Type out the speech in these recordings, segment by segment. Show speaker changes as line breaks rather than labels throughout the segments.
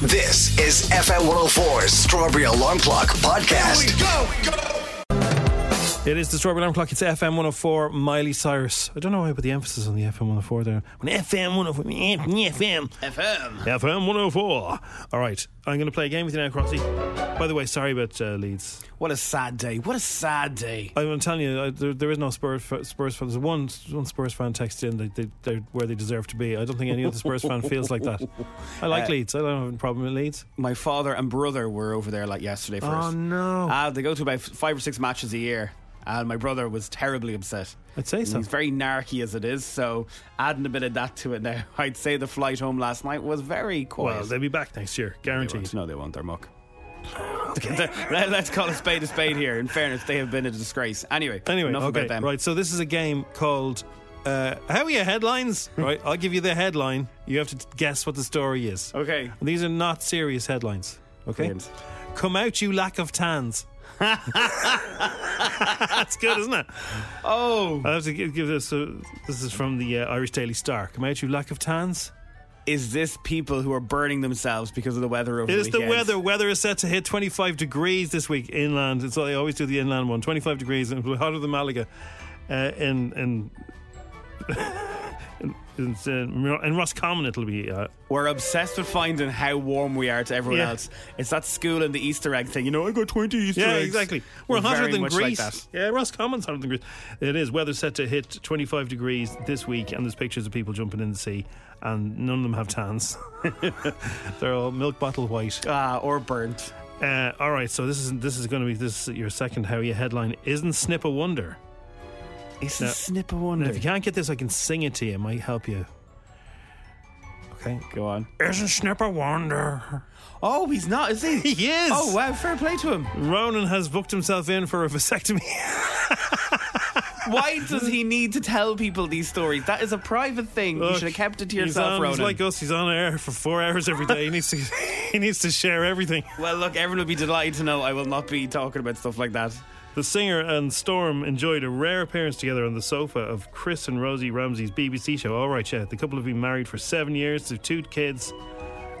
This is FM 104's Strawberry Alarm Clock Podcast.
It is the Strawberry Alarm Clock. It's FM 104, Miley Cyrus. I don't know why I put the emphasis on the FM 104 there. On FM 104, FM.
FM.
FM 104. All right, I'm going to play a game with you now, Crossy. By the way, sorry about uh, Leeds.
What a sad day. What a sad day.
I'm telling you, I, there, there is no Spurs, fa- Spurs fan. There's one, one Spurs fan texted in that they, they're where they deserve to be. I don't think any other Spurs fan feels like that. I like
Uh,
Leeds. I don't have a problem with Leeds.
My father and brother were over there like yesterday first.
Oh, no.
Uh, they go to about f- five or six matches a year. And my brother was terribly upset.
I'd say so.
He's very narky as it is, so adding a bit of that to it now, I'd say the flight home last night was very quiet.
Well, they'll be back next year,
They
guaranteed.
won't. No, they won't. They're muck. Let- Let's call a spade a spade here. In fairness, they have been a disgrace. Anyway,
Anyway,
enough
okay,
about them.
right. So this is a game called uh, "How Are Your Headlines." right, I'll give you the headline. You have to t- guess what the story is.
Okay.
And these are not serious headlines. Okay.
Brilliant.
Come out, you lack of tans. That's good, isn't it?
Oh,
I have to gi- give this. Uh, this is from the uh, Irish Daily Star. Come out, you lack of tans.
is this people who are burning themselves because of the weather over
It
the
is the
weekend?
weather. Weather is set to hit 25 degrees this week inland. So I always do the inland one. 25 degrees and it'll be hotter than Malaga uh, in in. In, in, in Roscommon, it'll be. Uh,
We're obsessed with finding how warm we are to everyone
Yeah.
else. It's that school and the Easter egg thing. You know, I got 20 Easter
yeah,
eggs.
exactly. We're, hotter
very
than
much
Greece.
Like that.
Yeah, Roscommon's hotter than Greece. It is. Weather set to hit 25 degrees this week, and there's pictures of people jumping in the sea, and none of them have tans. They're all milk bottle white.
Ah, or burnt.
Uh, all right, so this is this is going to be this is your second how you headline. Isn't Snip a wonder?
It's
Now-
a snip of
And
wonder.
if you can't get this, I can sing it to you. It might help you. Okay.
Go on.
Isn't Snipper Wonder?
Oh, he's not, is he?
He is.
Oh, wow. Fair play to him.
Ronan has booked himself in for a vasectomy.
Why does he need to tell people these stories? That is a private thing. you
Look,
should have kept it to
he's
yourself,
on-
Ronan.
He's like us. He's on air for four hours every day. He needs to. he needs to share everything.
well, look, everyone will be delighted to know I will not be talking about stuff like that.
The singer and Storm enjoyed a rare appearance together on the sofa of Chris and Rosie Ramsey's BBC show. All right, yeah. The couple have been married for seven years. They've two kids,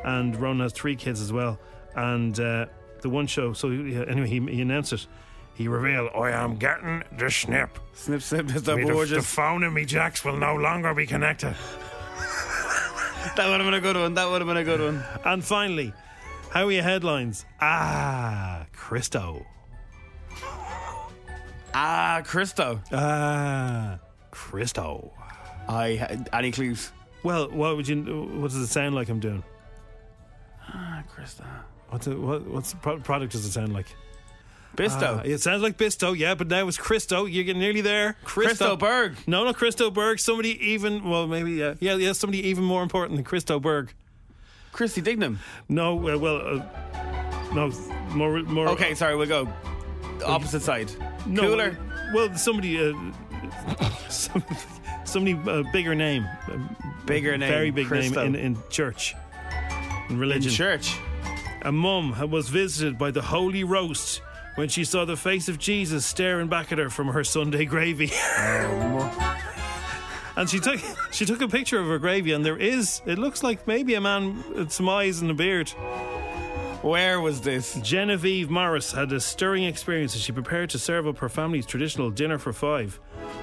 and Ron has three kids as well. And uh, the one show. So yeah, anyway, he, he announced it. He revealed, "I am getting the snip.
Snip, snip, is that
The, the
gorgeous?
phone in me jacks will no longer be connected."
that would have been a good one. That would have been a good one.
And finally, how are your headlines? Ah, Christo.
Ah, Christo.
Ah, Christo.
I had any clues.
Well, what would you? What does it sound like I'm doing?
Ah, Christo.
What's it, what what's pro- product does it sound like?
Bisto.
Ah, it sounds like Bisto, yeah, but now it's Christo. You're getting nearly there.
Christo Berg.
No, not Christo Berg. Somebody even, well, maybe, yeah, yeah, yeah, somebody even more important than Christo Berg.
Christy Dignam.
No, uh, well, uh, no, more, more.
Okay, sorry, we'll go. Opposite side.
no,
Cooler.
Well, somebody, uh, some- somebody uh, bigger name,
Bigger name.
very big
Christo.
name in, in church, in
In
religion.
church.
A mum was visited by the holy roast when she saw the face of Jesus staring back at her from her Sunday gravy. and she took she took a picture of her gravy, and there is it looks like maybe a man with some eyes and a beard.
Where was this?
Genevieve Morris had a stirring experience as she prepared to serve up her family's traditional dinner for five.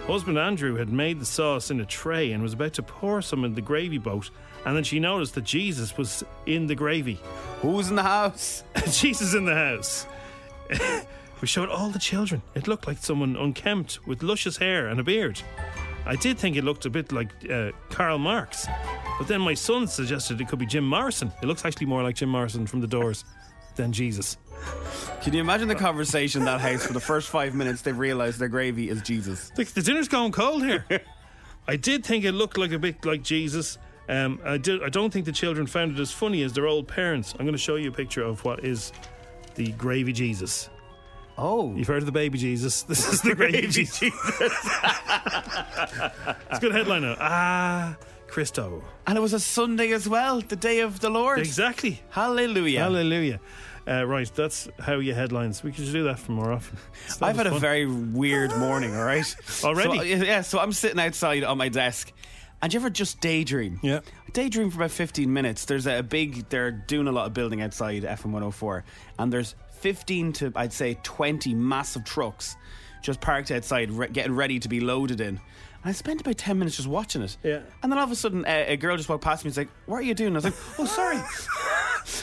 Husband Andrew had made the sauce in a tray and was about to pour some in the gravy boat, and then she noticed that Jesus was in the gravy.
Who's in the house?
Jesus in the house. we showed all the children. It looked like someone unkempt with luscious hair and a beard. I did think it looked a bit like uh, Karl Marx, but then my son suggested it could be Jim Morrison. It looks actually more like Jim Morrison from The Doors than Jesus.
Can you imagine the conversation in that house for the first five minutes they've realised their gravy is Jesus?
The, the dinner's going cold here. I did think it looked like a bit like Jesus. Um, I, did, I don't think the children found it as funny as their old parents. I'm going to show you a picture of what is the gravy Jesus.
Oh.
You've heard of the baby Jesus. This is the gravy Jesus. it's a good headline now. Ah, Christo.
And it was a Sunday as well, the day of the Lord.
Exactly.
Hallelujah.
Hallelujah. Uh, right, that's how you headlines. We should do that for more often. That
I've
was
had a
fun.
very weird morning, all right?
Already?
So, yeah, so I'm sitting outside on my desk. And do you ever just daydream?
Yeah.
I daydream for about 15 minutes. There's a big, they're doing a lot of building outside FM 104. And there's 15 to, I'd say, 20 massive trucks just parked outside, re- getting ready to be loaded in. And I spent about 10 minutes just watching it.
Yeah.
And then all of a sudden, a, a girl just walked past me and was like, What are you doing? I was like, Oh, sorry.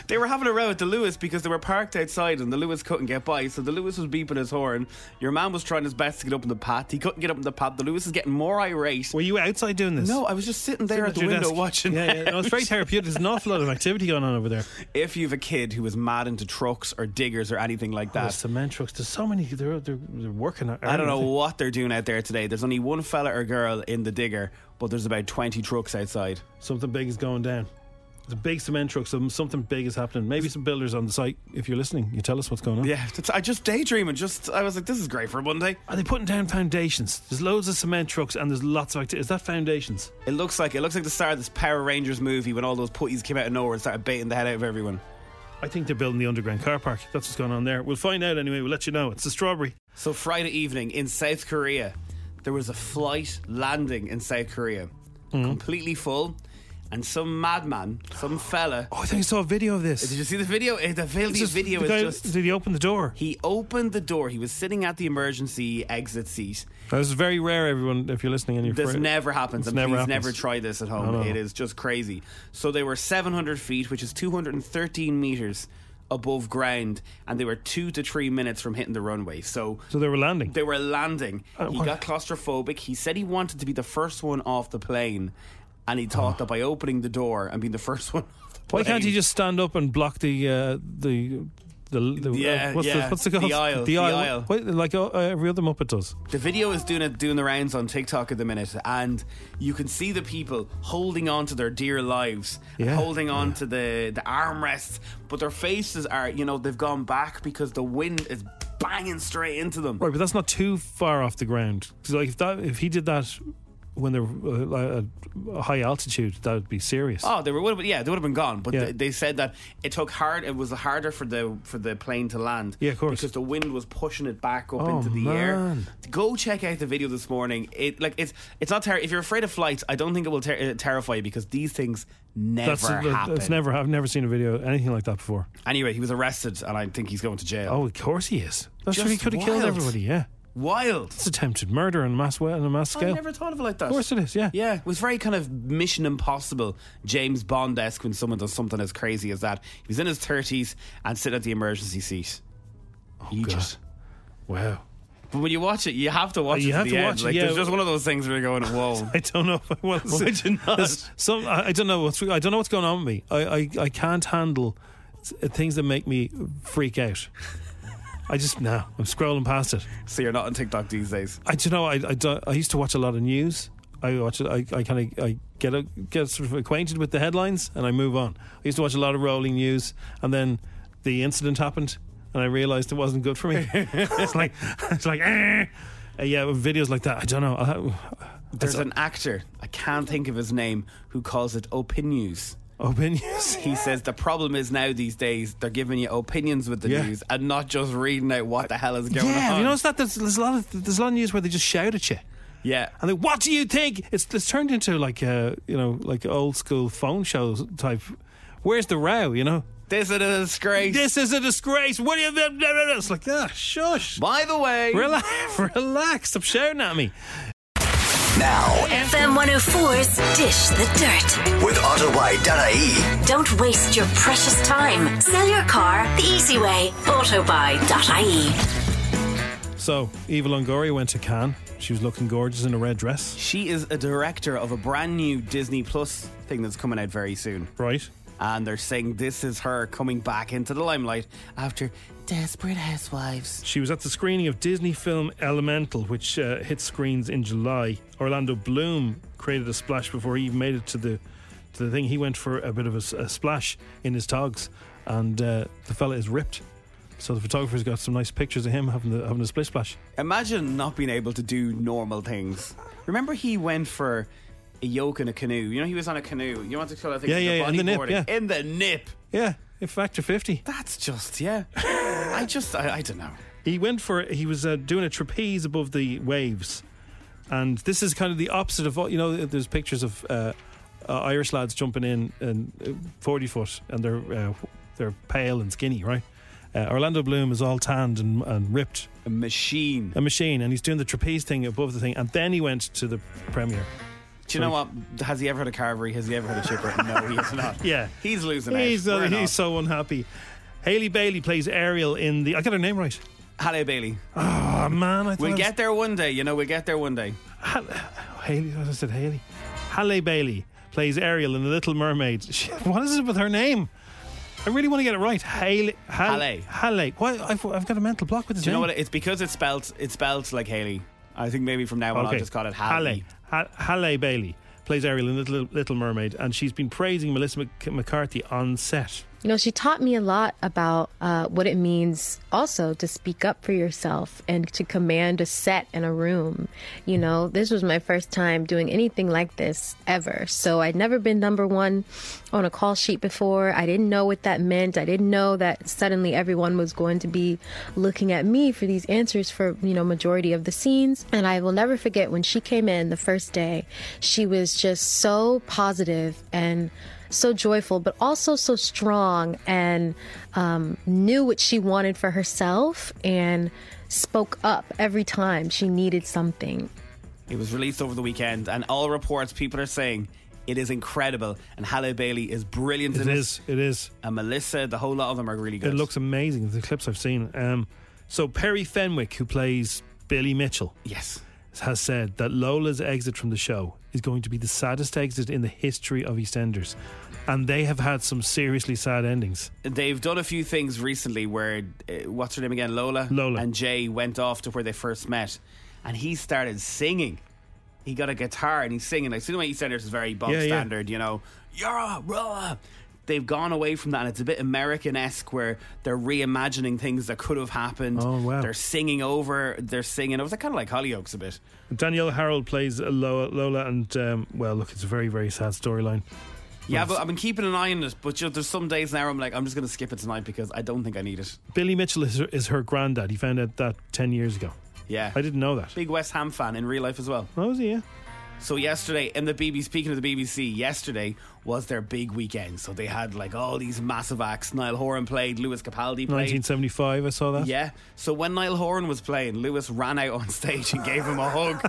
they were having a row at the Lewis because they were parked outside and the Lewis couldn't get by. So the Lewis was beeping his horn. Your man was trying his best to get up in the path. He couldn't get up in the path. The Lewis is getting more irate.
Were you outside doing this?
No, I was just sitting there
Sitting
at the
your
window
desk.
watching.
Yeah, yeah. No, it's very therapeutic. There's an awful lot of activity going on over there.
If you have a kid who is mad into trucks or diggers or anything like
The
that,
cement trucks. There's so many. They're, they're, they're working.
I don't know what they're doing out there today. There's only one fella or girl in the digger, but there's about 20 trucks outside.
Something big is going down. The big cement trucks. some- Something big is happening. Maybe some builders on the site. If you're listening, you tell us what's going on.
Yeah, that's- I just daydreaming. Just I was like, this is great for Monday.
Are they putting down foundations? There's loads of cement trucks and there's lots of activity. Is that foundations?
It looks like it looks like the start of this Power Rangers movie when all those putties came out of nowhere and started baiting the head out of everyone.
I think they're building the underground car park. That's what's going on there. We'll find out anyway. We'll let you know. It's a strawberry.
So Friday evening in South Korea, there was a flight landing in South Korea,
Mm-hmm.
completely full, and some madman, some fella.
Oh, I think I saw a video of this.
Did you see the video? Eh, The Veldy video
the
is
guy-
just.
Did he open the door?
He opened the door. He was sitting at the emergency exit seat.
That's very rare, everyone, if you're listening and you're
This
afraid-
never happens,
This
and
never
please
happens.
never try this at home.
No, no.
It is just crazy. So they were 700 feet, which is 213 meters above ground, and they were two to three minutes from hitting the runway. So
So they were landing. Uh,
they were landing. he
what-
got claustrophobic. He said he wanted to be the first one off the plane, and he thought that by opening the door and being the first one. off the
Ah. Why can't
plane-
he just stand up and block the uh, the the, the
Yeah,
uh, what's
yeah.
the what's it
The
called?
aisle, the aisle.
Wait, like uh, every other Muppet does.
The video is doing it, doing the rounds on TikTok at the minute, and you can see the people holding on to their dear lives,
Yeah.
holding on to the the armrests, but their faces are, you know, they've gone back because the wind is banging straight into them.
Right, but that's not too far off the ground. 'Cause, like if that if he did that when they're uh, at high altitude, that would be serious.
Oh, they were would have been, yeah, they would have been gone. But
Yeah.
they, they said that it took hard. It was harder for the for the plane to land.
Yeah, of course.
because the wind was pushing it back up
Oh,
into the
man.
air. Go check out the video this morning. It like it's it's not ter- if you're afraid of flights. I don't think it will ter- uh, terrify you because these things never
that's
happen.
that's never. I've never seen a video anything like that before.
Anyway, he was arrested, and I think he's going to jail.
Oh, of course he is. That's
Just
true. He could have killed
wild.
everybody. Yeah,
Wild!
it's attempted murder on a mass on a mass
I
scale.
never thought of it like that.
of course it is. Yeah.
Yeah, it was very kind of Mission Impossible, James Bond esque when someone does something as crazy as that. He was in his 30s and sitting at the emergency seat. You
Oh, God.
just-
Wow.
But when you watch it, you have to watch
You
it. to
have
the
to
end.
watch it,
Like,
yeah.
There's just one of those things where you're going, whoa.
I don't know if I want to say.
Would you not?
There's Some, I, I don't know what's I don't know what's going on with me. I, I, I can't handle s- uh, things that make me freak out. I just no. I'm scrolling past it.
so you're not on TikTok these days.
I do you know. I, I, don't- I used to watch a lot of news. I watch. it- I, I kind of I get a, get sort of acquainted with the headlines and I move on. I used to watch a lot of rolling news, and then the incident happened, and I realised it wasn't good for me. it's like it's like eh. Uh, yeah, with videos like that. I don't know. I,
There's an actor, I can't think of his name, who calls it opinions.
opinions.
He says the problem is now these days they're giving you opinions with the
Yeah.
news and not just reading out what the hell is going
Yeah,
on.
have you noticed that there's, there's a lot of there's a lot of news where they just shout at you.
yeah.
And they, what do you think? It's, it's turned into like a you know like old school phone shows type. Where's the row? You know,
This is a disgrace.
this is a disgrace. What do you? Blah, blah, blah. It's like ah, shush.
By the way,
Relax, relax. Stop shouting at me.
Now,
FM 104's Dish the Dirt.
with Ottawai Danae.
Don't waste your precious time. Sell your car the easy way. Autobuy.ie.
So, Eva Longoria went to Cannes. She was looking gorgeous in a red dress.
She is a director of a brand new Disney Plus thing that's coming out very soon.
Right.
And they're saying this is her coming back into the limelight after Desperate Housewives.
She was at the screening of Disney film Elemental, which uh, hit screens in July. Orlando Bloom created a splash before he even made it to the to the thing. He went for a bit of a s- a, splash in his togs, and uh, the fella is ripped. So the photographer's got some nice pictures of him having the having a split splash.
Imagine not being able to do normal things. Remember, he went for a yoke in a canoe. You know, he was on a canoe. You want to call that thing?
Yeah, yeah, yeah, in the nip,
bodyboarding.
yeah.
In the nip.
Yeah, in factor fifty.
That's just yeah. I just I, I don't know.
He went for he was uh, doing a trapeze above the waves, and this is kind of the opposite of what you know. There's pictures of uh, uh, Irish lads jumping in and uh, forty foot, and they're uh, they're pale and skinny, right? Uh, Orlando Bloom is all tanned and, and ripped,
A machine.
a machine, and he's doing the trapeze thing above the thing, and then he went to the premiere.
Do you know what? Has he ever had a carvery? Has he ever had a chipper? No, he's not.
Yeah.
he's losing out.
He's, uh,
We're not.
he's so unhappy. Haley Bailey plays Ariel in the. I got her name right.
Hello, Bailey.
Oh man, I thought
We'll
it was-
get there one day. You know, we'll get there one day.
Haley, I said Haley. Halle Bailey plays Ariel in The Little Mermaid. She, what is it with her name? I really want to get it right. Haley. Hal-
Halle.
Halle. Why? I've, I've got a mental block with this
Do you know
name.
what? It's because it's spelled it's spelled like Haley. I think maybe from now on I'll just call it Haley.
Halle. Ha- Halle Bailey plays Ariel in Little, Little Mermaid, and she's been praising Melissa Mc- McCarthy on set.
You know, she taught me a lot about uh, what it means also to speak up for yourself and to command a set and a room. You know, this was my first time doing anything like this ever. So I'd never been number one on a call sheet before. I didn't know what that meant. I didn't know that suddenly everyone was going to be looking at me for these answers for, you know, majority of the scenes. And I will never forget when she came in the first day, she was just so positive and so joyful, but also so strong and um, knew what she wanted for herself and spoke up every time she needed something.
It was released over the weekend, and all reports people are saying it is incredible. And Halle Bailey is brilliant.
It
in
is. It is.
And Melissa, the whole lot of them are really good.
It looks amazing. The clips I've seen. Um, so Perry Fenwick, who plays Billy Mitchell,
yes.
has said that Lola's exit from the show is going to be the saddest exit in the history of EastEnders. And they have had some seriously sad endings.
They've done a few things recently where uh, what's her name again, Lola,
Lola.
and Jay went off to where they first met, and he started singing. He got a guitar and he's singing. Like, see the way EastEnders is very bog
Yeah, yeah.
standard, you know. You're a roar. They've gone away from that, and it's a bit American-esque where they're reimagining things that could have happened.
Oh, wow.
They're singing over. They're singing. It was kind of like Hollyoaks a bit.
Danielle Harold plays Lola, Lola and um, well, look, it's a very, very sad storyline.
Yeah, but I've been keeping an eye on it. But you know, there's some days now where I'm like, I'm just going to skip it tonight because I don't think I need it.
Billy Mitchell is her, is her granddad. He found out that 10 years ago.
Yeah,
I didn't know that.
big West Ham fan in real life as well.
Oh, is he? Yeah.
So yesterday, in the BBC, speaking of the BBC, yesterday was their big weekend. So they had like all these massive acts. Niall Horan played, Lewis Capaldi played.
1975, I saw that.
Yeah. So when Niall Horan was playing, Lewis ran out on stage and gave him a hug.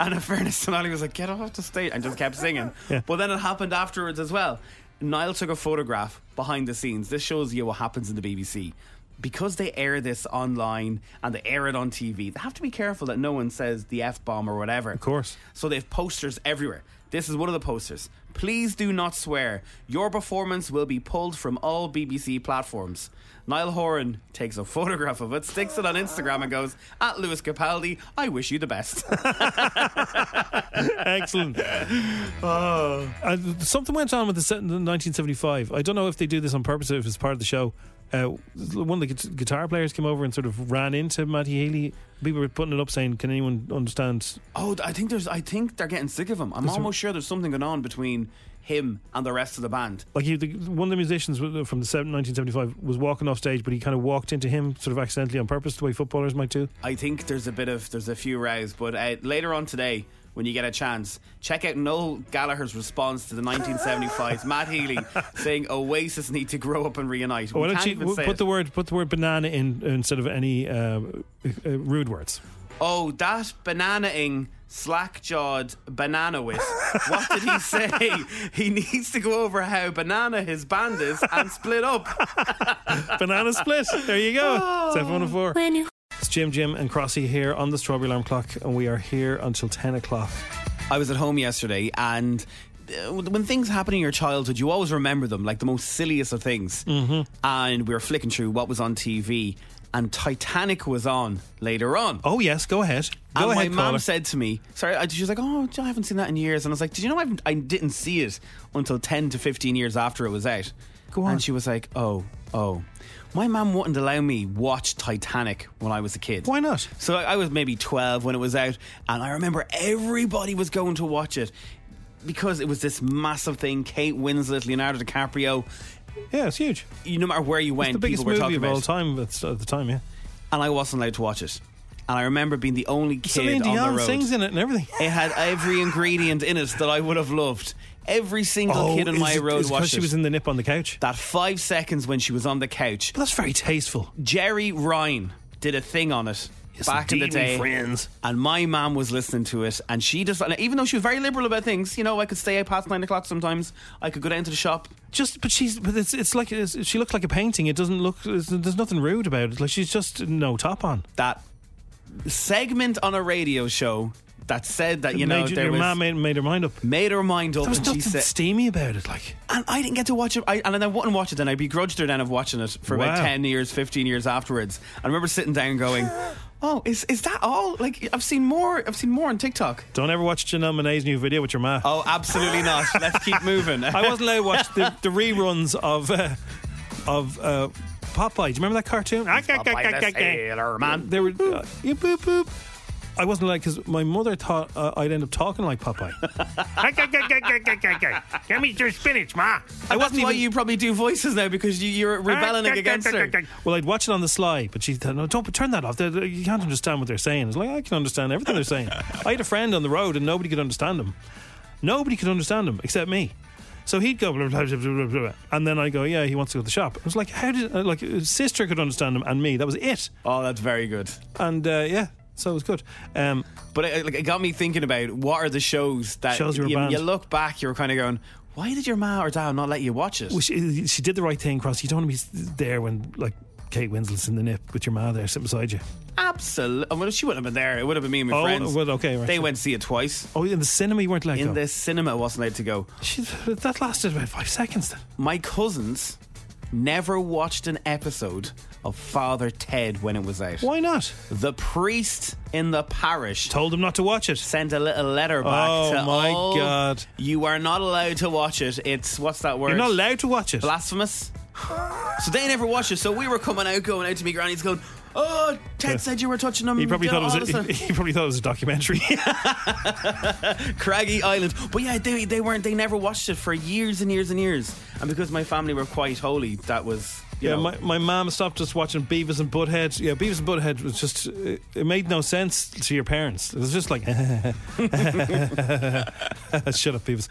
and in fairness to Niall, he was like, "Get off the stage," and just kept singing.
Yeah.
But then it happened afterwards as well. Niall took a photograph behind the scenes. This shows you what happens in the BBC. Because they air this online and they air it on TV, they have to be careful that no one says the F bomb or whatever. Of
course.
So they have posters everywhere. This is one of the posters. Please do not swear. Your performance will be pulled from all BBC platforms. Niall Horan takes a photograph of it, sticks it on Instagram, and goes, At Lewis Capaldi, I wish you the best.
Excellent.
Ah.
oh. And something went on with the set in 1975. I don't know if they do this on purpose or if it's part of the show. Uh, one of the gu- guitar players came over and sort of ran into Matty Healy. People were putting it up saying, "Can anyone understand?"
oh, I think there's. I think they're getting sick of him. I'm almost sure there's something going on between him and the rest of the band.
Like he, the, one of the musicians w- from the seven- 1975 was walking off stage, but he kind of walked into him sort of accidentally on purpose, the way footballers might do.
I think there's a bit of there's a few rows, but uh, later on today, when you get a chance, check out Noel Gallagher's response to the 1975's Matt Healy saying Oasis need to grow up and reunite.
Why
we
don't
can't
you
even
w-
say
put
it.
the word put the word banana in instead of any uh, uh, rude words?
oh that bananaing slack jawed banana with. What did he say? he needs to go over how banana his band is and split up. Oh.
Banana split. There you go. oh It's F104. It's Jim Jim and Crossy here on the Strawberry Alarm Clock, and we are here until 10 o'clock.
I was at home yesterday and uh, when things happen in your childhood, you always remember them, like the most silliest of things. Mm-hmm. And we were flicking through what was on TV, and Titanic was on later on.
Oh, yes, go ahead. Go
and
ahead,
my mom
caller.
said to me, sorry, I- she was like, oh, I haven't seen that in years. And I was like, did you know I've, I didn't see it until 10 to 15 years after it was out?
Go on.
And she was like, oh, oh. My mom wouldn't allow me watch Titanic when I was a kid.
Why not?
So I I was maybe 12 when it was out, and I remember everybody was going to watch it because it was this massive thing. Kate Winslet, Leonardo DiCaprio,
Yeah, it's huge.
you, no matter where you went,
It's the biggest
people were
movie
talking
of
about
all
it.
time at at the time, yeah.
And I wasn't allowed to watch it. And I remember being the only kid
Celine
on the
Dion
road.
sings in it and everything.
It had every ingredient in it that I would have loved. Every single kid on
Oh, is
my
it-
road
is it
watched
she
it.
was in the nip on the couch.
that five seconds when she was on the couch,
But that's very tasteful.
Jerry Ryan did a thing on it back in the
indeed, me
day.
friends.
And my mom was listening to it, and she decided, even though she was very liberal about things, you know, I could stay out past nine o'clock sometimes. I could go down to the shop.
Just, but she's, but it's, it's like it's, she looks like a painting. It doesn't look. There's there's nothing rude about it. Like she's just no top on.
That segment on a radio show that said that you
It
know
made you-
there
your
was
mom made, made her mind up.
made her mind up,
There was
and she
nothing
said,
steamy about it. Like
and I didn't get to watch it. I, and then I wouldn't watch it. Then I begrudged her then of watching it for about
Wow.
ten years, fifteen years afterwards. I remember sitting down going, "Oh, is is that all? Like I've seen more. I've seen more on TikTok."
don't ever watch Janelle Monae's new video with your ma.
Oh, absolutely not. Let's keep moving.
I wasn't allowed to watch the, the reruns of uh, of uh, Popeye. Do you remember that cartoon?
man.
They were uh, yeah, boop boop. I wasn't allowed because my mother thought uh, I'd end up talking like Popeye.
Give me your spinach, ma.
I wasn't why you probably do voices now because you, you're rebelling against her.
Well, I'd watch it on the sly, but she said, "No, don't turn that off. They- they- You can't understand what they're saying." It's like I can understand everything they're saying. I had a friend on the road, and nobody could understand him. Nobody could understand him except me. So he'd go, blah, blah, blah, blah, blah, blah. and then I go, "Yeah, he wants to go to the shop." It was like, how did uh, like his sister could understand him and me? That was it.
Oh, that's very good.
And uh, yeah, so it was good. Um,
But it, like, it got me thinking about what are the shows that
Shows you were
you,
banned.
you look back, you're kind of going, why did your ma or dad not let you watch it?
well, she, she did the right thing, Cross. You don't want to be there when like Kate Winslet's in the nip with your ma there sitting beside you.
Absolutely. Well, she wouldn't have been there. It would have been me and my
Oh,
friends.
well, okay, right,
They
sure.
went to see it twice.
Oh, in the cinema, you weren't let
In
go.
the cinema, I wasn't allowed to go.
She, that lasted about five seconds. Then.
My cousins never watched an episode of Father Ted when it was out.
Why not?
The priest in the parish
Told him not to watch it.
sent a little letter back
Oh,
to
my
all-
God.
You are not allowed to watch it. It's what's that word?
You're not allowed to watch it.
Blasphemous. So they never watched it. So we were coming out, going out to me granny's, going, "Oh, Ted said you were touching him."
He probably
you know,
thought it
all
was.
this
A,
stuff."
he, he probably thought it was a documentary.
Craggy Island. But yeah, they, they weren't. They never watched it for years and years and years. And because my family were quite holy, that was you
yeah,
know,
my, my mom stopped us watching Beavis and Butthead. Yeah, Beavis and Butthead was just. It, it made no sense to your parents. It was just like. Shut up, Beavis.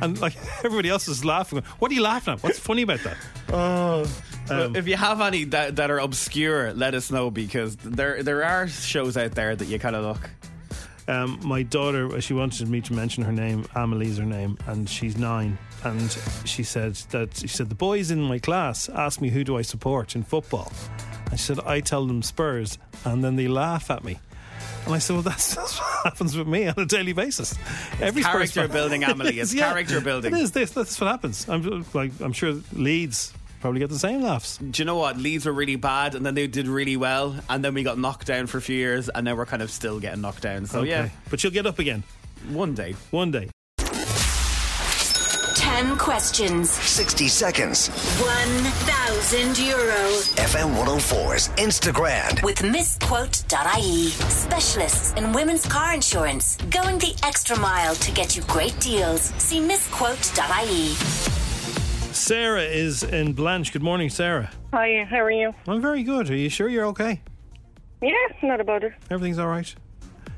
and like everybody else is laughing. What are you laughing at? What's funny about that? oh,
So
um,
if you have any that, that are obscure, let us know because there there are shows out there that you kind of look.
Um, my daughter, she wanted me to mention her name. Amelie's her name, and she's nine. And she said that she said the boys in my class asked me who do I support in football, and she said I tell them Spurs, and then they laugh at me. And I said, well, that's, that's what happens with me on a daily basis. Every Spurs
character
fan-
building, Amelie. It's character building.
It is this. That's what happens. I'm like, I'm sure Leeds probably get the same laughs.
Do you know what? Leeds were really bad, and then they did really well, and then we got knocked down for a few years, and now we're kind of still getting knocked down. So yeah,
but you'll get up again
one day.
one day.
10 questions,
60 seconds.
1,000 euro.
FM 104's Instagram.
With misquote.ie, specialists in women's car insurance, going the extra mile to get you great deals. See misquote.ie.
Sarah is in Blanche. Good morning, Sarah.
Hi, how are you?
I'm very good. Are you sure you're okay?
Yeah, not a bother.
Everything's all right.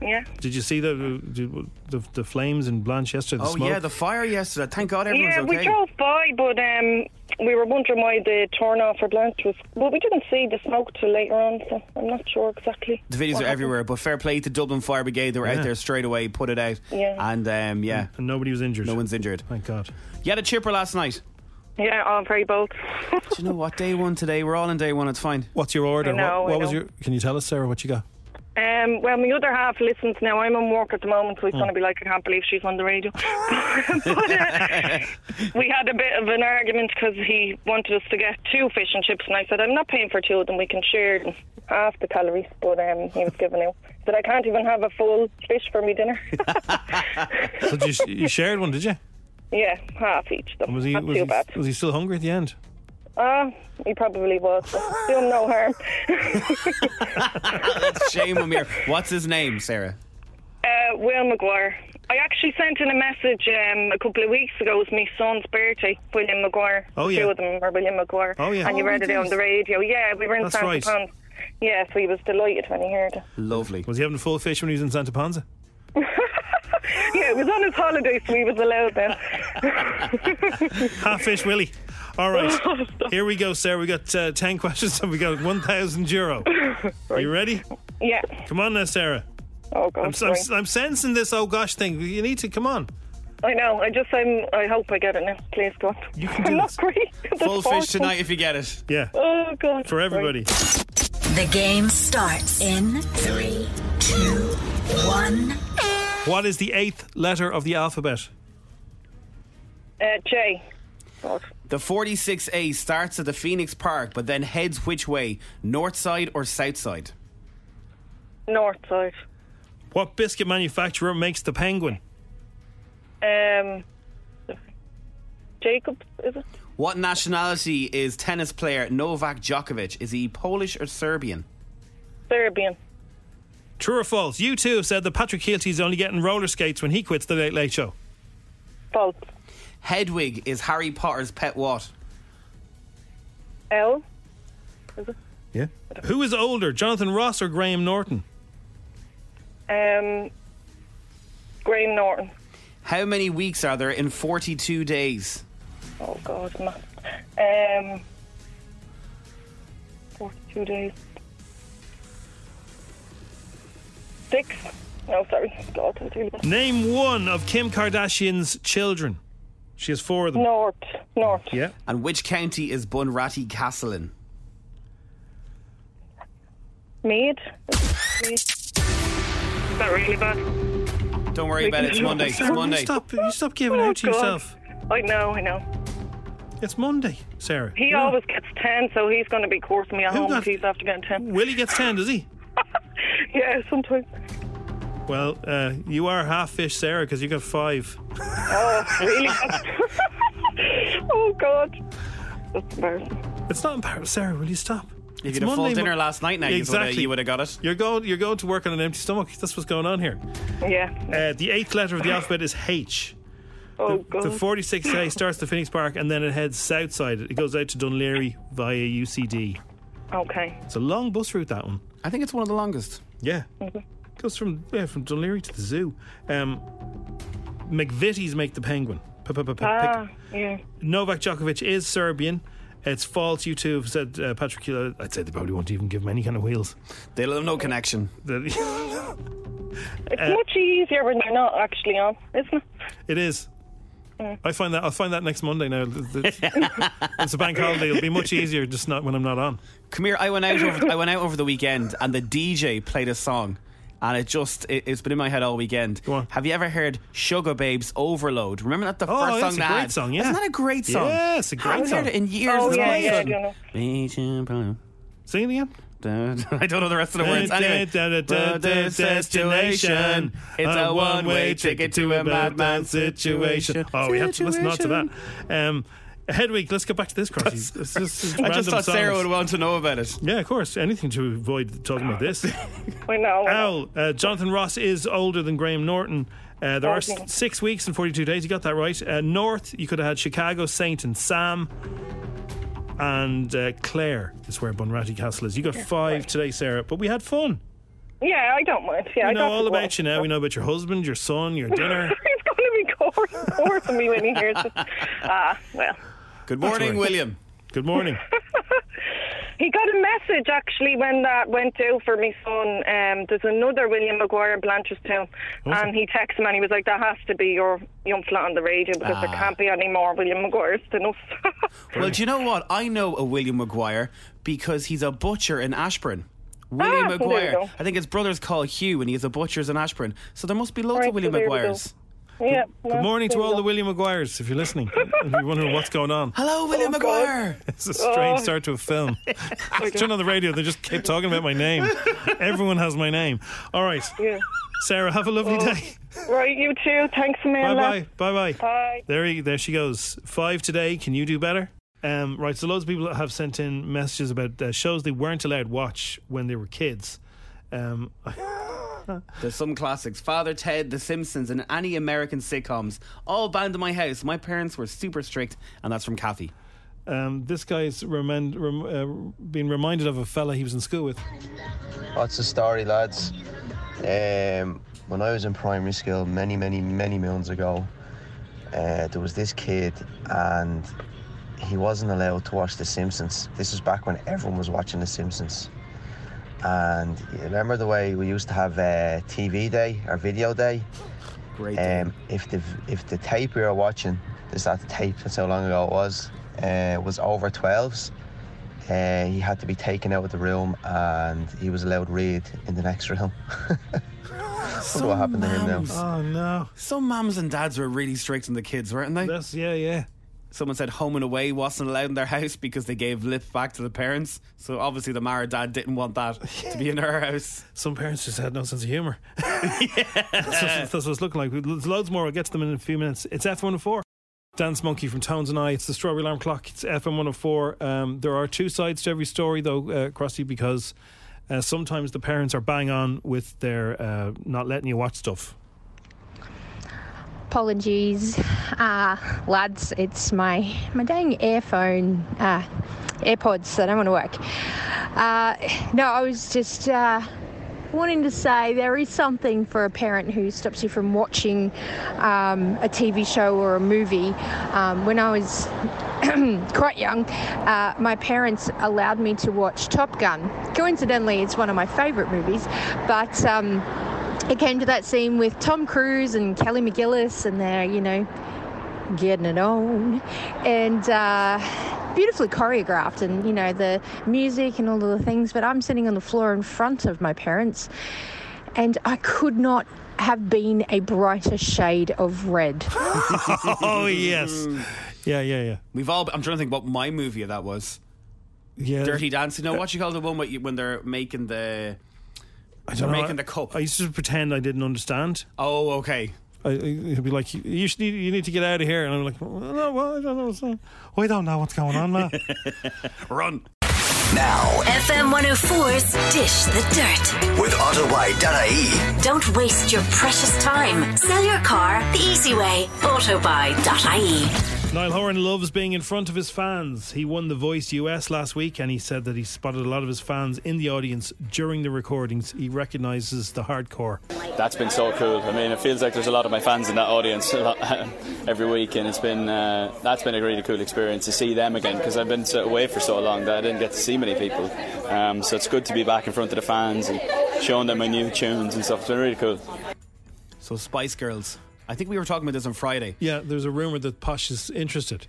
Yeah.
Did you see the the, the, the flames in Blanche yesterday? The
Oh
smoke?
yeah, the fire yesterday. Thank God everyone's
Yeah,
okay.
we drove by, but um, we were wondering why the turn off for Blanche was. Well, we didn't see the smoke till later on, so I'm not sure exactly.
The videos are everywhere, but fair play to Dublin Fire Brigade. They were out there straight away, put it out.
Yeah.
And um, yeah,
And nobody was injured.
no one's injured.
Thank God.
You had a chipper last night.
Yeah, I'm very bold.
Do you know what? Day one today. We're all in day one. It's fine.
What's your order?
I know,
what
I
what was
know.
your? Can you tell us, Sarah, what you got?
Um, well, my other half listens now. I'm on work at the moment,
Hmm.
so he's going to be like, I can't believe she's on the radio. but, uh, we had a bit of an argument because he wanted us to get two fish and chips, and I said, I'm not paying for two of them. We can share them half the calories, but um, he was giving out. That I can't even have a full fish for me dinner.
So did you, you shared one, did you?
yeah, half each. Though.
And was he
not
was
too
he,
bad.
was he still hungry at the end?
Ah, he probably was. but Do him no harm.
Shame I'm here. What's his name, Sarah?
Uh, Will McGuire. I actually sent in a message um, a couple of weeks ago. It was my son's birthday, William McGuire.
Oh,
The
yeah.
Two of them were William McGuire.
Oh, yeah.
And you
Oh,
read it on the radio. Yeah, we were in
That's
Santa
right.
Pons. Yeah, so he was delighted when he heard it.
Lovely.
Was he having full fish when he was in Santa Panza?
Yeah, it was on his holiday, so he was allowed then.
Half fish, Willie. All right,
Oh,
here we go, Sarah. We got uh, ten questions and we got one thousand euro. Are you ready?
yeah.
Come on now, Sarah.
Oh, God.
I'm,
sorry.
I'm, I'm sensing this oh gosh thing. You need to come on.
I know. I just, um, I hope I get it now. Please, God.
You can do
I'm
this.
not great. at the
Full fish
sports.
tonight if you get it.
Yeah,
Oh, God.
for everybody.
The game starts in three, two, one.
What is the eighth letter of the alphabet?
Right. Uh, Jay. God.
The 46A starts at the Phoenix Park, but then heads which way? North side or south side?
North side.
What biscuit manufacturer makes the penguin?
Um, Jacob, is it?
What nationality is tennis player Novak Djokovic? Is he Polish or Serbian?
Serbian.
True or false? You too have said that Patrick Keelty is only getting roller skates when he quits the Late Late Show.
False.
Hedwig is Harry Potter's pet what?
L.
Who is older, Jonathan Ross or Graham Norton?
Um, Graham Norton.
How many weeks are there in 42 days?
Oh God, man. Um, forty-two days. Six. No, sorry. God, I really
Name one of Kim Kardashian's children. She has four of them.
North. North.
Yeah.
And which county is Bunratty Castle in?
Mead. Mead. Is that really bad?
Don't worry about it. It's Monday. It's
Sarah, will
Monday.
You stop, you stop giving
Oh,
out to
God.
yourself.
I know, I know.
It's Monday, Sarah.
He
You know.
always gets 10, so he's going to be coursing me at
Who
home
got-
if he's after getting 10.
Willie gets 10, does he?
Yeah, sometimes.
Well, uh, you are half fish, Sarah, because you got five.
Oh, really? oh, God. That's embarrassing.
It's not embarrassing. Sarah, will you stop?
If
It's
you'd have full
Monday mo-
dinner last night, now you would've-
Exactly.
you would have got it.
You're going, you're going to work on an empty stomach. That's what's going on here.
Yeah.
Uh, the eighth letter of the alphabet is H.
Oh,
The
God.
46A starts to Phoenix Park and then it heads south side. It goes out to Dunleary via UCD.
Okay.
It's a long bus route, that one.
I think it's one of the longest.
Yeah.
Mm-hmm.
Goes from yeah, from Dunleary to the zoo. Um, McVitie's make the penguin. P- p- p- p-
Ah, yeah.
Novak Djokovic is Serbian. It's false. You two have said uh, Patrick. Kula. I'd say they probably won't even give him any kind of wheels.
They'll have no connection.
The-
It's
Uh,
much easier when you're not actually on, isn't it?
it is. I find that I'll find that next Monday. Now Th- th- it's a bank holiday. It'll be much easier just not when I'm not on.
Come here. I went out. Over, I went out over the weekend, and the DJ played a song, and it just it, it's been in my head all weekend.
Go on.
Have you ever heard Sugar Babes Overload? Remember that the
Oh,
first
yeah,
song
it's a
they
great
had?
song, yeah.
isn't that a great song?
Yeah, it's a
I
great
haven't heard
song.
it in years.
Oh,
It's
yeah,
amazing.
yeah, I do know.
Sing it again.
I don't know the rest of the words. Anyway,
Da-da-da-da-da, destination.
It's a one-way ticket to a madman situation.
Oh, we have to listen on to that. Um, Hedwig, let's get back to this crisis. It's just- it's
I just
random
thought Sarah
songs.
would want to know about it.
Yeah, of course. Anything to avoid talking about this.
I know. I know.
Al, uh, Jonathan Ross is older than Graham Norton. Uh, there are s-
Okay.
six weeks and 42 days. You got that right. Uh, North, you could have had Chicago, Saint, and Sam. And uh, Clare is where Bunratty Castle is. You got five today, Sarah, but we had fun.
Yeah, I don't mind. Yeah,
We
I
know
got
all
the
about
one.
you now. We know about your husband, your son, your dinner.
He's going to be coursing, coursing me when he hears this. Ah, well.
Good
That's
morning,
right.
William.
Good morning.
He got a message actually when that went out for me son. Um, there's another William McGuire in Blanchardstown, and he texted me and he was like, "That has to be your young flat on the radio because
Ah.
there can't be any more William McGuire's than us."
Well, do you know what? I know a William Maguire because he's a butcher in Ashburn. William
Ah, so there you
Maguire.
go.
I think his brother's called Hugh and he's a butcher's in Ashburn. So there must be loads
Right,
of William
so there we
Maguires.
yeah.
Good morning to all the William Maguires, if you're listening. If you're wondering what's going on,
Oh,
Hello, William Maguire.
it's a strange start to a film. Turn on the radio, they just keep talking about my name. Everyone has my name. All right.
Yeah. Oh.
Sarah, have a lovely day.
Right, you too. Thanks,
Bye
man.
bye. Bye bye.
Bye.
There, he, there she goes. Five today. Can you do better? Um, right. So loads of people have sent in messages about uh, shows they weren't allowed watch when they were kids. Um,
There's some classics Father Ted, The Simpsons, and any American sitcoms all banned in my house. My parents were super strict, and that's from Kathy.
um, this guy's remind, rem, uh, being reminded of a fella he was in school with.
What's the Oh, story, lads? Um, when I was in primary school, many, many, many moons ago, uh, there was this kid, and he wasn't allowed to watch The Simpsons. This was back when everyone was watching The Simpsons. And you remember the way we used to have uh, TV day or video day?
Great.
Um, if the if the tape we were watching, this that tape that's how long ago it was, uh, was over twelves, uh, he had to be taken out of the room and he was allowed read in the next room.
some
what happened to him now.
mums-
Oh no.
Some mums and dads were really strict on the kids, weren't they?
That's yeah, yeah.
Someone said home and away wasn't allowed in their house because they gave lip back to the parents. So obviously the Mara dad didn't want that to be in her house.
Some parents just had no sense of humor. that's, what, that's what it's looking like. There's loads more. I'll get to them in a few minutes. It's F104. Dance Monkey from Tones and I. It's the Strawberry Alarm Clock. It's FM104. Um, there are two sides to every story, though, uh, Crossy, because uh, sometimes the parents are bang on with their uh, not letting you watch stuff.
Apologies, uh, lads. It's my my dang earphone uh, AirPods that don't want to work. Uh, no, I was just uh, wanting to say there is something for a parent who stops you from watching um, a TV show or a movie. Um, when I was quite young, uh, my parents allowed me to watch Top Gun. Coincidentally, it's one of my favourite movies, but. Um, it came to that scene with Tom Cruise and Kelly McGillis, and they're, you know, getting it on. And uh, beautifully choreographed, and, you know, the music and all of the things. But I'm sitting on the floor in front of my parents, and I could not have been a brighter shade of red.
Oh, yes. Yeah, yeah, yeah.
We've all. I'm trying to think what my movie that was.
Yeah. Uh,
Dirty Dancing. No, what you call the one where you- when they're making the.
I
They're
know.
making the cup.
I used to pretend I didn't understand.
Oh, okay.
I, I- he'd be like, "You- "You should, need, you need to get out of here," and I'm like, "Well, "No, well, I don't know. What's going on. We don't know what's going on, man."
Run.
Now,
FM 104's Dish the Dirt.
with Ottawai Danae.
Don't waste your precious time. Sell your car the easy way. Autobuy.ie.
Niall Horan loves being in front of his fans. He won The Voice US last week, and he said that he spotted a lot of his fans in the audience during the recordings. He recognises the hardcore.
That's been so cool. I mean, it feels like there's a lot of my fans in that audience a lot, every week, and it's been uh, that's been a really cool experience to see them again because I've been so- away for so long that I didn't get to see many people. Um, so it's good to be back in front of the fans and showing them my new tunes and stuff. It's been really cool.
So Spice Girls. I think we were talking about this on Friday.
Yeah, there's a rumor that Posh is interested.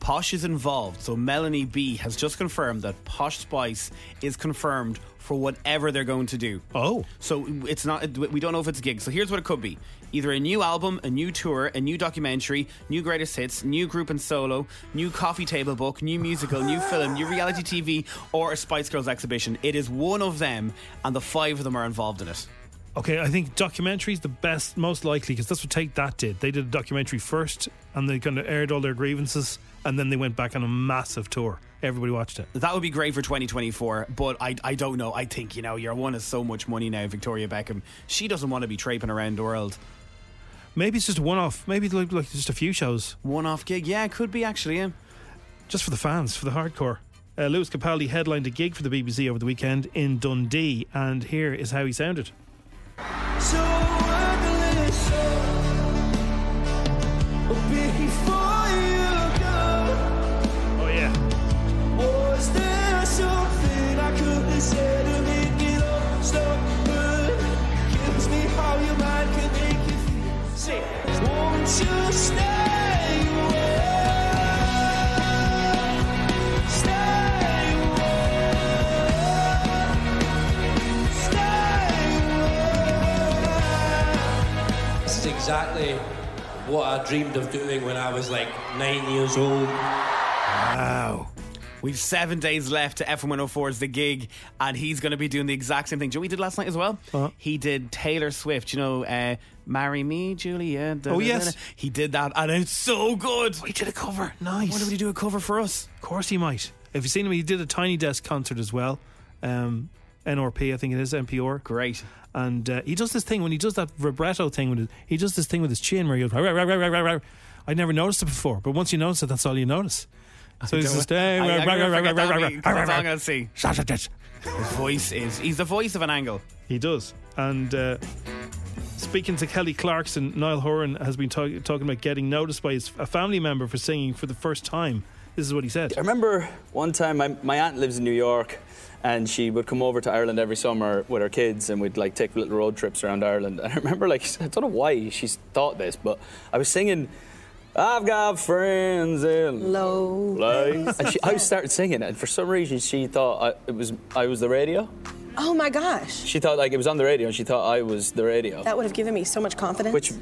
Posh is involved. So Melanie B has just confirmed that Posh Spice is confirmed for whatever they're going to do.
Oh,
So it's not. We don't know if it's a gig. So here's what it could be: either a new album, a new tour, a new documentary, new greatest hits, new group and solo, new coffee table book, new musical, new film, new reality TV, or a Spice Girls exhibition. It is one of them, and the five of them are involved in it.
okay. I think documentary's the best, most likely, because that's what Take That did. They did a documentary first, and they kind of aired all their grievances, and then they went back on a massive tour. Everybody watched it.
That would be great for 2024, but I, I don't know. I think, you know, your one is so much money now, Victoria Beckham. She doesn't want to be traiping around the world.
Maybe it's just a one-off. Maybe like, like just a few shows,
One off gig? Yeah, it could be actually. Yeah.
just for the fans, for the hardcore. Uh, Lewis Capaldi headlined a gig for the BBC over the weekend in Dundee, and here is how he sounded.
what I dreamed of doing when I was like nine years old.
Wow. We've seven days left to FM 104's The Gig, and he's going to be doing the exact same thing. Do you know what he did last night as well?
Uh-huh.
He did Taylor Swift, you know, uh, Marry Me, Julia. da-
Oh,
da- da-
yes.
da. He did that, and it's so good.
We Oh, did a cover. Nice.
Why don't we do a cover for us?
Of course he might. Have you seen him? He did a Tiny Desk concert as well. Um, NRP, I think it is, NPR.
Great.
And uh, he does this thing when he does that vibrato thing. With his, he does this thing with his chin where he goes. "Rah, rah, rah, rah, rah, rah." I never noticed it before, but once you notice it, that's all you notice. So he's
don't-
just.
I- I
"Hey, rah,
never
rah, rah,
forget
rah,
that
rah, rah,
beat.
rah, rah,
That's
rah."
all I'm gonna see.
Shah, shah, shah, shah.
His voice is, he's the voice of an angle.
He does. And uh, speaking to Kelly Clarkson, Niall Horan has been talk- talking about getting noticed by his, a family member for singing for the first time. This is what he said.
I remember one time my, my aunt lives in New York and she would come over to Ireland every summer with her kids and we'd like take little road trips around Ireland. And I remember like I don't know why she's thought this, but I was singing I've got friends in
low
place. And she, I started singing it, and for some reason she thought I, it was I was the radio.
Oh my gosh.
She thought like it was on the radio, and she thought I was the radio.
That would have given me so much confidence.
Which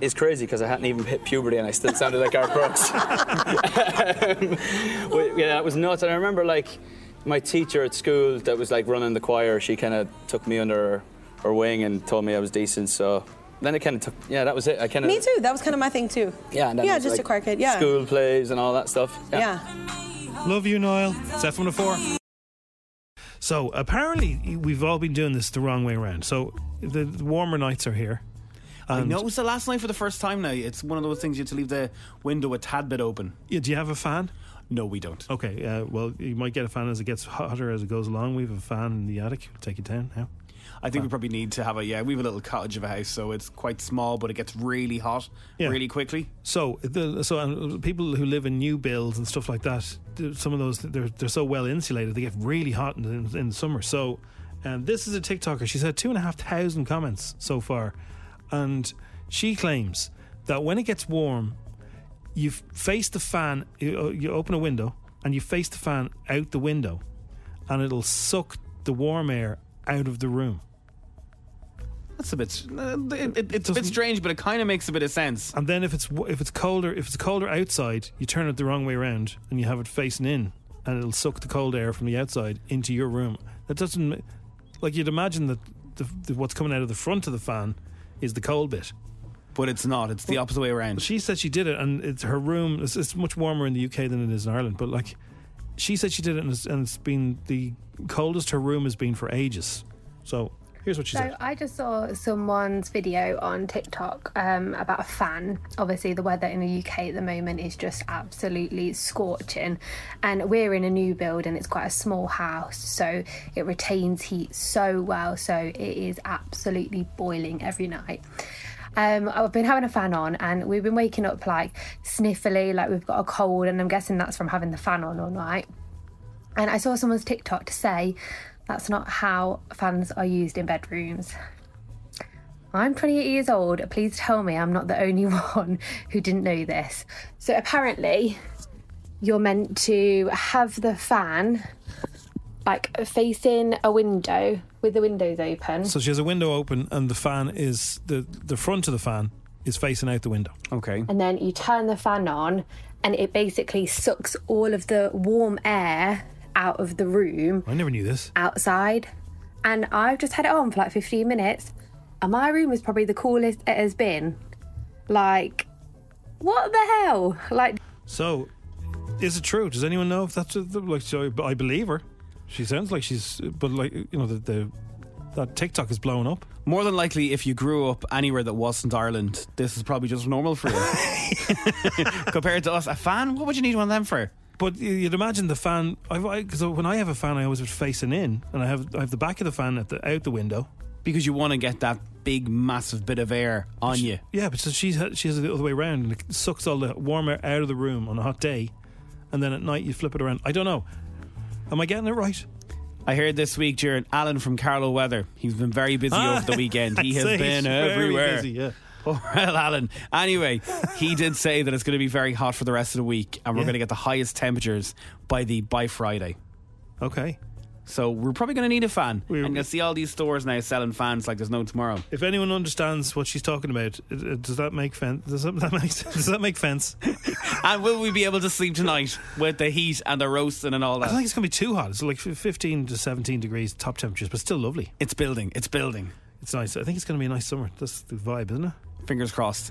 is crazy because I hadn't even hit puberty and I still sounded like our Brooks. Um, Well, yeah, that was nuts. And I remember like my teacher at school that was like running the choir. She kind of took me under her, her wing and told me I was decent. So then it kind of took. Yeah, that was it. I kind of.
Me too. That was kind of my thing too.
Yeah, and then it
yeah,
was,
just
like,
a choir kid. Yeah.
School plays and all that stuff.
Yeah.
Love you, Niall. It's FM to four. So apparently we've all been doing this the wrong way around. So the the warmer nights are here.
I
And-
noticed the last night for the first time now. It's one of those things you have to leave the window a tad bit open.
Yeah, do you have a fan?
No, we don't.
Okay, uh, well, you might get a fan as it gets hotter as it goes along. We have a fan in the attic. We'll take it down now.
I think we probably need to have a yeah. We have a little cottage of a house, so it's quite small, but it gets really hot
Yeah.
really quickly.
So, the, so um, people who live in new builds and stuff like that, th- some of those they're they're so well insulated they get really hot in, in, in summer. So, um, this is a TikToker. She's had two and a half thousand comments so far, and she claims that when it gets warm, you f- face the fan. You, uh, you open a window and you face the fan out the window, and it'll suck the warm air out of the room.
That's a bit. uh, It, it- it's a bit strange, but it kind of makes a bit of sense.
And then if it's w- if it's colder if it's colder outside, you turn it the wrong way around and you have it facing in, and it'll suck the cold air from the outside into your room. That doesn't ma- like you'd imagine that the, the, what's coming out of the front of the fan is the cold bit.
But it's not. It's the opposite way around.
She said she did it, and it's her room. It's, it's much warmer in the UK than it is in Ireland. But like, she said she did it, and it's, and it's been the coldest her room has been for ages. So here's what she
So
said.
I just saw someone's video on TikTok um, about a fan. Obviously, the weather in the UK at the moment is just absolutely scorching, and we're in a new build and it's quite a small house, so it retains heat so well. So it is absolutely boiling every night. Um, I've been having a fan on, and we've been waking up like sniffly, like we've got a cold, and I'm guessing that's from having the fan on all night. And I saw someone's TikTok to say that's not how fans are used in bedrooms. I'm 28 years old. Please tell me I'm not the only one who didn't know this. So apparently, you're meant to have the fan like facing a window with the windows open.
So she has a window open, and the fan is the the front of the fan is facing out the window.
Okay.
and then you turn the fan on and it basically sucks all of the warm air out of the room
I never knew this.
outside and I've just had it on for like 15 minutes and my room is probably the coolest it has been. Like, what the hell? Like,
So, is it true? Does anyone know if that's a, like? So I believe her. She sounds like she's, but like you know, the, the that TikTok is blowing up.
More than likely, if you grew up anywhere that wasn't Ireland, this is probably just normal for you. Compared to us, a fan, what would you need one of them for?
But you- you'd imagine the fan, because when I have a fan, I always have it facing in, and I have I have the back of the fan at the out the window.
Because you want to get that big, massive bit of air on you.
Yeah, but so she's she has it the other way around, and it sucks all the warm air out of the room on a hot day, and then at night you flip it around. I don't know. Am I getting it right?
I heard this week, Jared Allen from Carlo Weather. He's been very busy
Ah,
over the weekend. He
I'd
has
say he's
been
very
everywhere.
busy, yeah.
Poor old Alan. Anyway, he did say that it's going to be very hot for the rest of the week, and we're
Yeah.
going to get the highest temperatures by the by Friday.
Okay.
So we're probably going to need a fan. I'm going to see all these stores now selling fans like there's no tomorrow.
If anyone understands what she's talking about, it- it- does that make fence? Does that, that make sense? Does that make fence?
and will we be able to sleep tonight with the heat and the roasting and all
I
that?
don't think it's going to be too hot. It's like f- 15 to 17 degrees top temperatures, but still lovely.
It's building. It's building.
It's nice. I think it's going to be a nice summer. That's the vibe, isn't it?
Fingers crossed.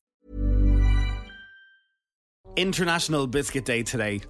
International Biscuit Day today.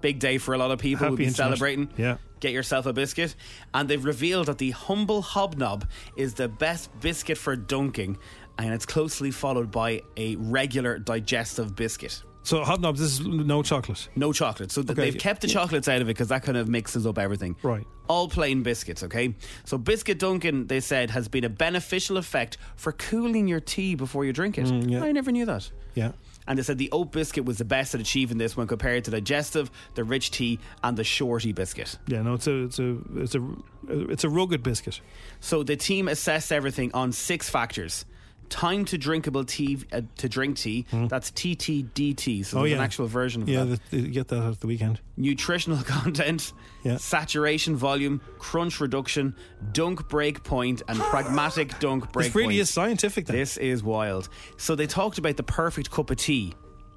Big day for a lot of people. we'll
Happy
be
international-
celebrating.
Yeah.
Get yourself a biscuit. And they've revealed that the Humble Hobnob is the best biscuit for dunking. And it's closely followed by a regular digestive biscuit.
So hobnobs, this is no chocolate.
No chocolate. So th-
Okay.
they've kept the chocolates out of it because that kind of mixes up everything.
Right.
All plain biscuits, okay? So biscuit dunking, they said, has been a beneficial effect for cooling your tea before you drink it.
Mm,
I never knew that.
Yeah.
And they said the oat biscuit was the best at achieving this when compared to digestive, the rich tea, and the shorty biscuit.
Yeah, no, it's a it's a it's a it's a rugged biscuit.
So the team assessed everything on six factors. Time to drinkable tea uh, to drink tea. That's TTDT. So
Hmm. oh
there's
yeah,
an actual version of
yeah,
that.
the- you get that at the weekend.
nutritional content, saturation volume, crunch reduction, dunk break point, and pragmatic dunk break
This really
point.
is scientific. Then.
This is wild. So they talked about the perfect cup of tea,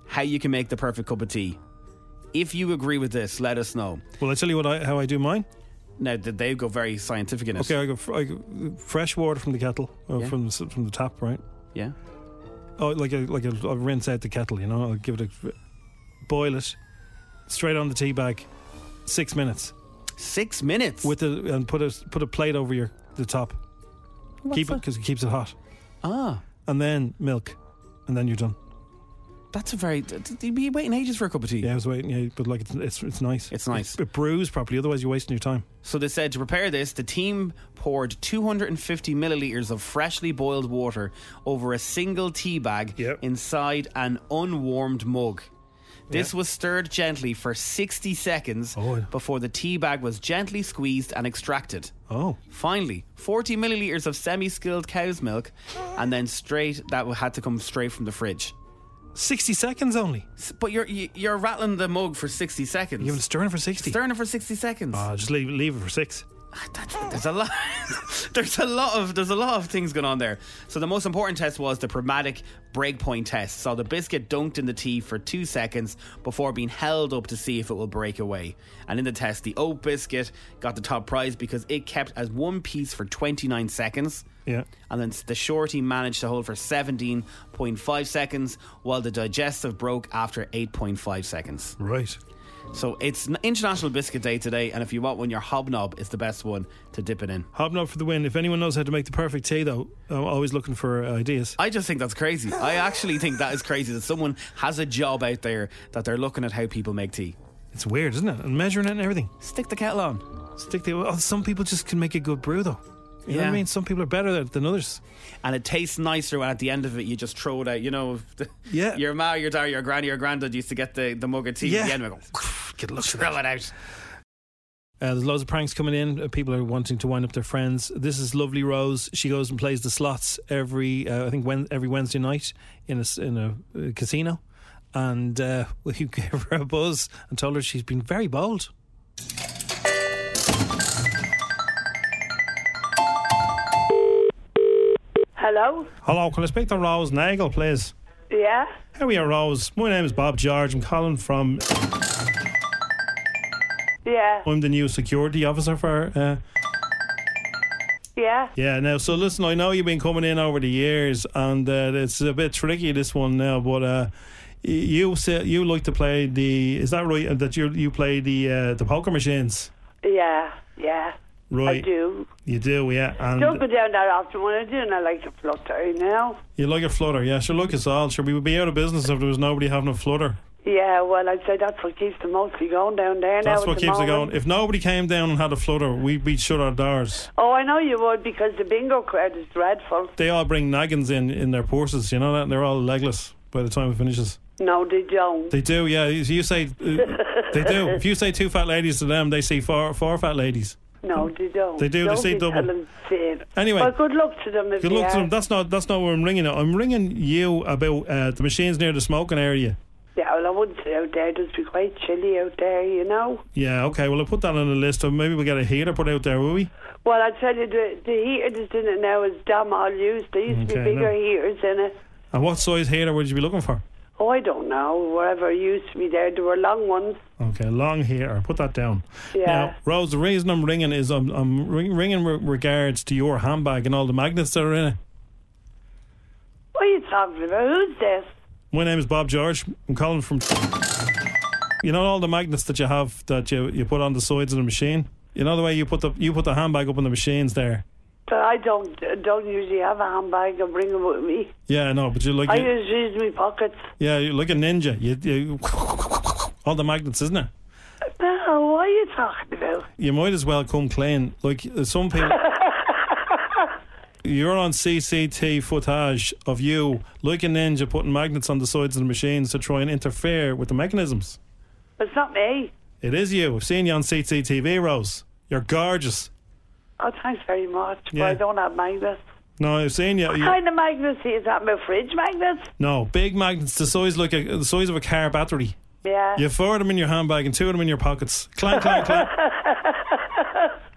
how you can make the perfect cup of tea. If you agree with this, let us know.
Well, I tell you what, I, how I do mine.
Now th- they go very scientific in it.
Okay, I go, fr- I go uh, fresh water from the kettle or
Yeah.
from the, s- from the tap, right?
Yeah.
Oh, like a, like a, I'll rinse out the kettle, you know. I'll give it a boil it straight on the tea bag, six minutes.
Six minutes
with the and put a put a plate over your the top.
What's
Keep it
that?
because it keeps it hot.
Ah,
and then milk, and then you're done.
That's a very. th- th- You'd be waiting ages for a cup of tea.
Yeah, I was waiting. Yeah, but like it's it's, it's nice. It's
nice.
It, brews properly, otherwise you're wasting your time.
So they said to prepare this, the team poured 250 milliliters of freshly boiled water over a single tea bag inside an unwarmed mug. This was stirred gently for 60 seconds before the tea bag was gently squeezed and extracted.
Oh.
Finally, 40 milliliters of semi-skilled cow's milk and then straight that had to come straight from the fridge.
60 seconds only.
But you're you- you're rattling the mug for 60 seconds.
You've been stirring it for sixty.
Stirring it for 60 seconds.
Ah, just leave leave it for six.
There's a lot. there's a lot of there's a lot of things going on there. So the most important test was the pragmatic breakpoint test. So the biscuit dunked in the tea for two seconds before being held up to see if it will break away. And in the test, the oat biscuit got the top prize because it kept as one piece for 29 seconds.
Yeah.
And then the shorty managed to hold for 17.5 seconds, while the digestive broke after 8.5 seconds.
Right.
So it's N- International Biscuit Day today, and if you want one, your hobnob is the best one to dip it in.
Hobnob for the win. If anyone knows how to make the perfect tea, though, I'm always looking for uh, ideas.
I just think that's crazy. I actually think that is crazy that someone has a job out there that they're looking at how people make tea.
It's weird, isn't it? And measuring it and everything.
Stick the kettle on.
Stick the. Oh, some people just can make a good brew, though. You know what
Yeah.
I mean? Some people are better at it than others.
And it tastes nicer when at the end of it you just throw it out. You know,
yeah.
your ma, your dad, your granny, your granddad used to get the, the mug of tea at
Yeah.
the end and go,
Good luck.
throw it out.
Uh, there's loads of pranks coming in. Uh, People are wanting to wind up their friends. This is lovely Rose. She goes and plays the slots every, uh, I think, when, every Wednesday night in a s- in a uh, casino. And uh, we gave her a buzz and told her she's been very bold.
Hello?
Hello, can I speak to Rose Nagel, please?
Yeah?
How are you, Rose? My name is Bob George. I'm calling from.
Yeah.
I'm the new security officer for. Uh,
Yeah.
yeah, now, so listen, I know you've been coming in over the years, and uh, it's a bit tricky, this one now, but uh, y- you said you like to play the. Is that right? uh, That you you play the uh, the poker machines?
Yeah. Yeah.
Right.
I do.
You do, yeah. And
Don't go down that often when I do, and I like to flutter, you know?
you like a flutter, yeah. Sure, look, it's all. Sure, we would be out of business if there was nobody having a flutter.
Yeah, well, I'd say that's what keeps the mostly going down there now.
That's
at
what
the
keeps it going.
moment.
If nobody came down and had a flutter, we'd be shut our doors.
Oh, I know you would because the bingo crowd is dreadful.
They all bring naggins in in their purses, you know that? And they're all legless by the time it finishes.
No, they don't.
They do, yeah. If you say, uh, they do. If you say two fat ladies to them, they see four four fat ladies.
No, they don't.
Mm. They do, they
Don't
say
be
double.
telling Sid.
Anyway.
Well, good luck to them if
Good
you
luck to them.
are.
That's not that's not where I'm ringing. it. I'm ringing you about uh, the machines near the smoking area.
Yeah, well, I wouldn't say out there. It does be quite chilly out there, you know?
Yeah, okay. Well, I'll put that on the list. Or maybe we'll get a heater put out there, will we?
Well, I tell you, the, the heater that's in it now is damn all used. There used to be
Okay, I know.
bigger heaters in it.
And what size heater would you be looking for?
Oh, I don't know. Wherever it used to be there, there were long ones.
Okay, long heater. Put that down.
Yeah.
Now, Rose, the reason I'm ringing is I'm, I'm ring, ringing re- regards to your handbag and all the magnets that are in it.
What are you talking about? Who's this?
My name is Bob George. I'm calling from. You know all the magnets that you have that you, you put on the sides of the machine. You know the way you put the you put the handbag up on the machines there.
But I don't don't usually have a handbag. I bring them with me.
Yeah, I know, but you like
I
you,
just use my pockets.
yeah, you're like a ninja. You, you all the magnets, isn't it?
No, what are you talking about?
You might as well come clean. Like uh, some people. You're on CCT footage of you, like a ninja, putting magnets on the sides of the machines to try and interfere with the mechanisms.
It's not me.
It is you. I've seen you on CCTV, Rose. You're gorgeous.
Oh, thanks very much.
Yeah. Uh,
But I don't have magnets.
No, I've seen you.
What
you-
kind of magnets is that? My fridge magnets?
no, big magnets, the size like a, the size of a car battery.
Yeah.
You have four of them in your handbag and two of them in your pockets. Clank, clank, clank.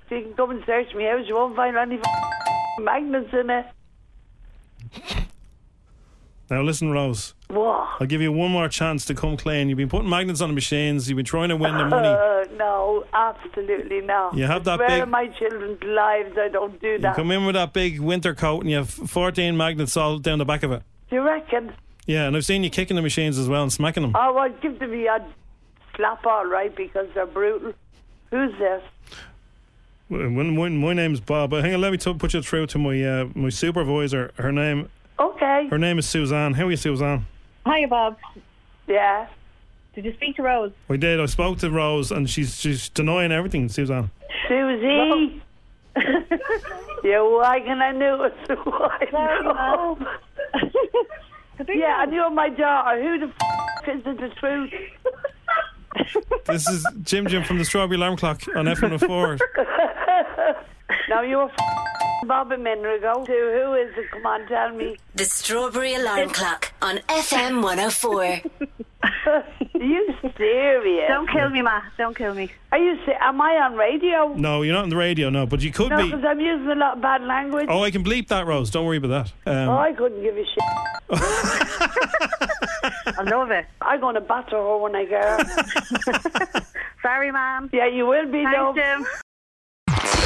So you can come and search me house. You won't find any f- magnets in it.
Now listen, Rose.
What?
I'll give you one more chance to come clean. You've been putting magnets on the machines. You've been trying to win the money.
no, absolutely not.
You have that
Where
big-
are my children's lives? I don't do
You
that.
come in with that big winter coat and you have 14 magnets all down the back of it.
Do you reckon?
Yeah, and I've seen you kicking the machines as well and smacking them.
Oh, well, give them a slap, all right, because they're brutal. Who's this?
My, my, my name's Bob. Uh, Hang on, let me t- put you through to my uh, my supervisor. Her name
Okay.
her name is Suzanne. How are you, Suzanne?
Hiya, Bob.
Yeah.
Did you speak to Rose?
We did. I spoke to Rose, and she's she's denying everything, Suzanne.
Susie? You're wagging, I knew it. I
Sorry,
know. yeah, and you're my daughter. Who the f- is it the truth?
This is Jim Jim from the Strawberry Alarm Clock on F104.
now you're f- Bob a minute ago. Who, who is it? Come on, tell me.
The Strawberry Alarm Clock on FM 104.
you serious?
Don't kill me, Ma. Don't kill me.
Are you? se- Am I on radio?
No, you're not on the radio, no, but you could
No,
be.
because I'm using a lot of bad language.
Oh, I can bleep that, Rose. Don't worry about that. Um,
oh, I couldn't give a shit.
I love it.
I'm going to batter her when I get her.
Sorry, Mom.
Yeah, you will be,
Thanks,
though.
Jim.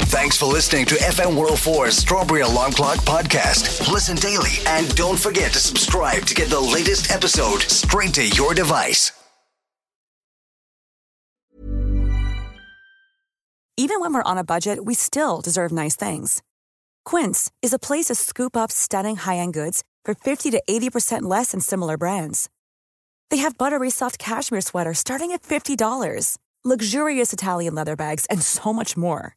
Thanks for listening to FM 104's Strawberry Alarm Clock podcast. Listen daily and don't forget to subscribe to get the latest episode straight to your device.
Even when we're on a budget, we still deserve nice things. Quince is a place to scoop up stunning high-end goods for 50 to 80% less than similar brands. They have buttery soft cashmere sweaters starting at $50, luxurious Italian leather bags, and so much more.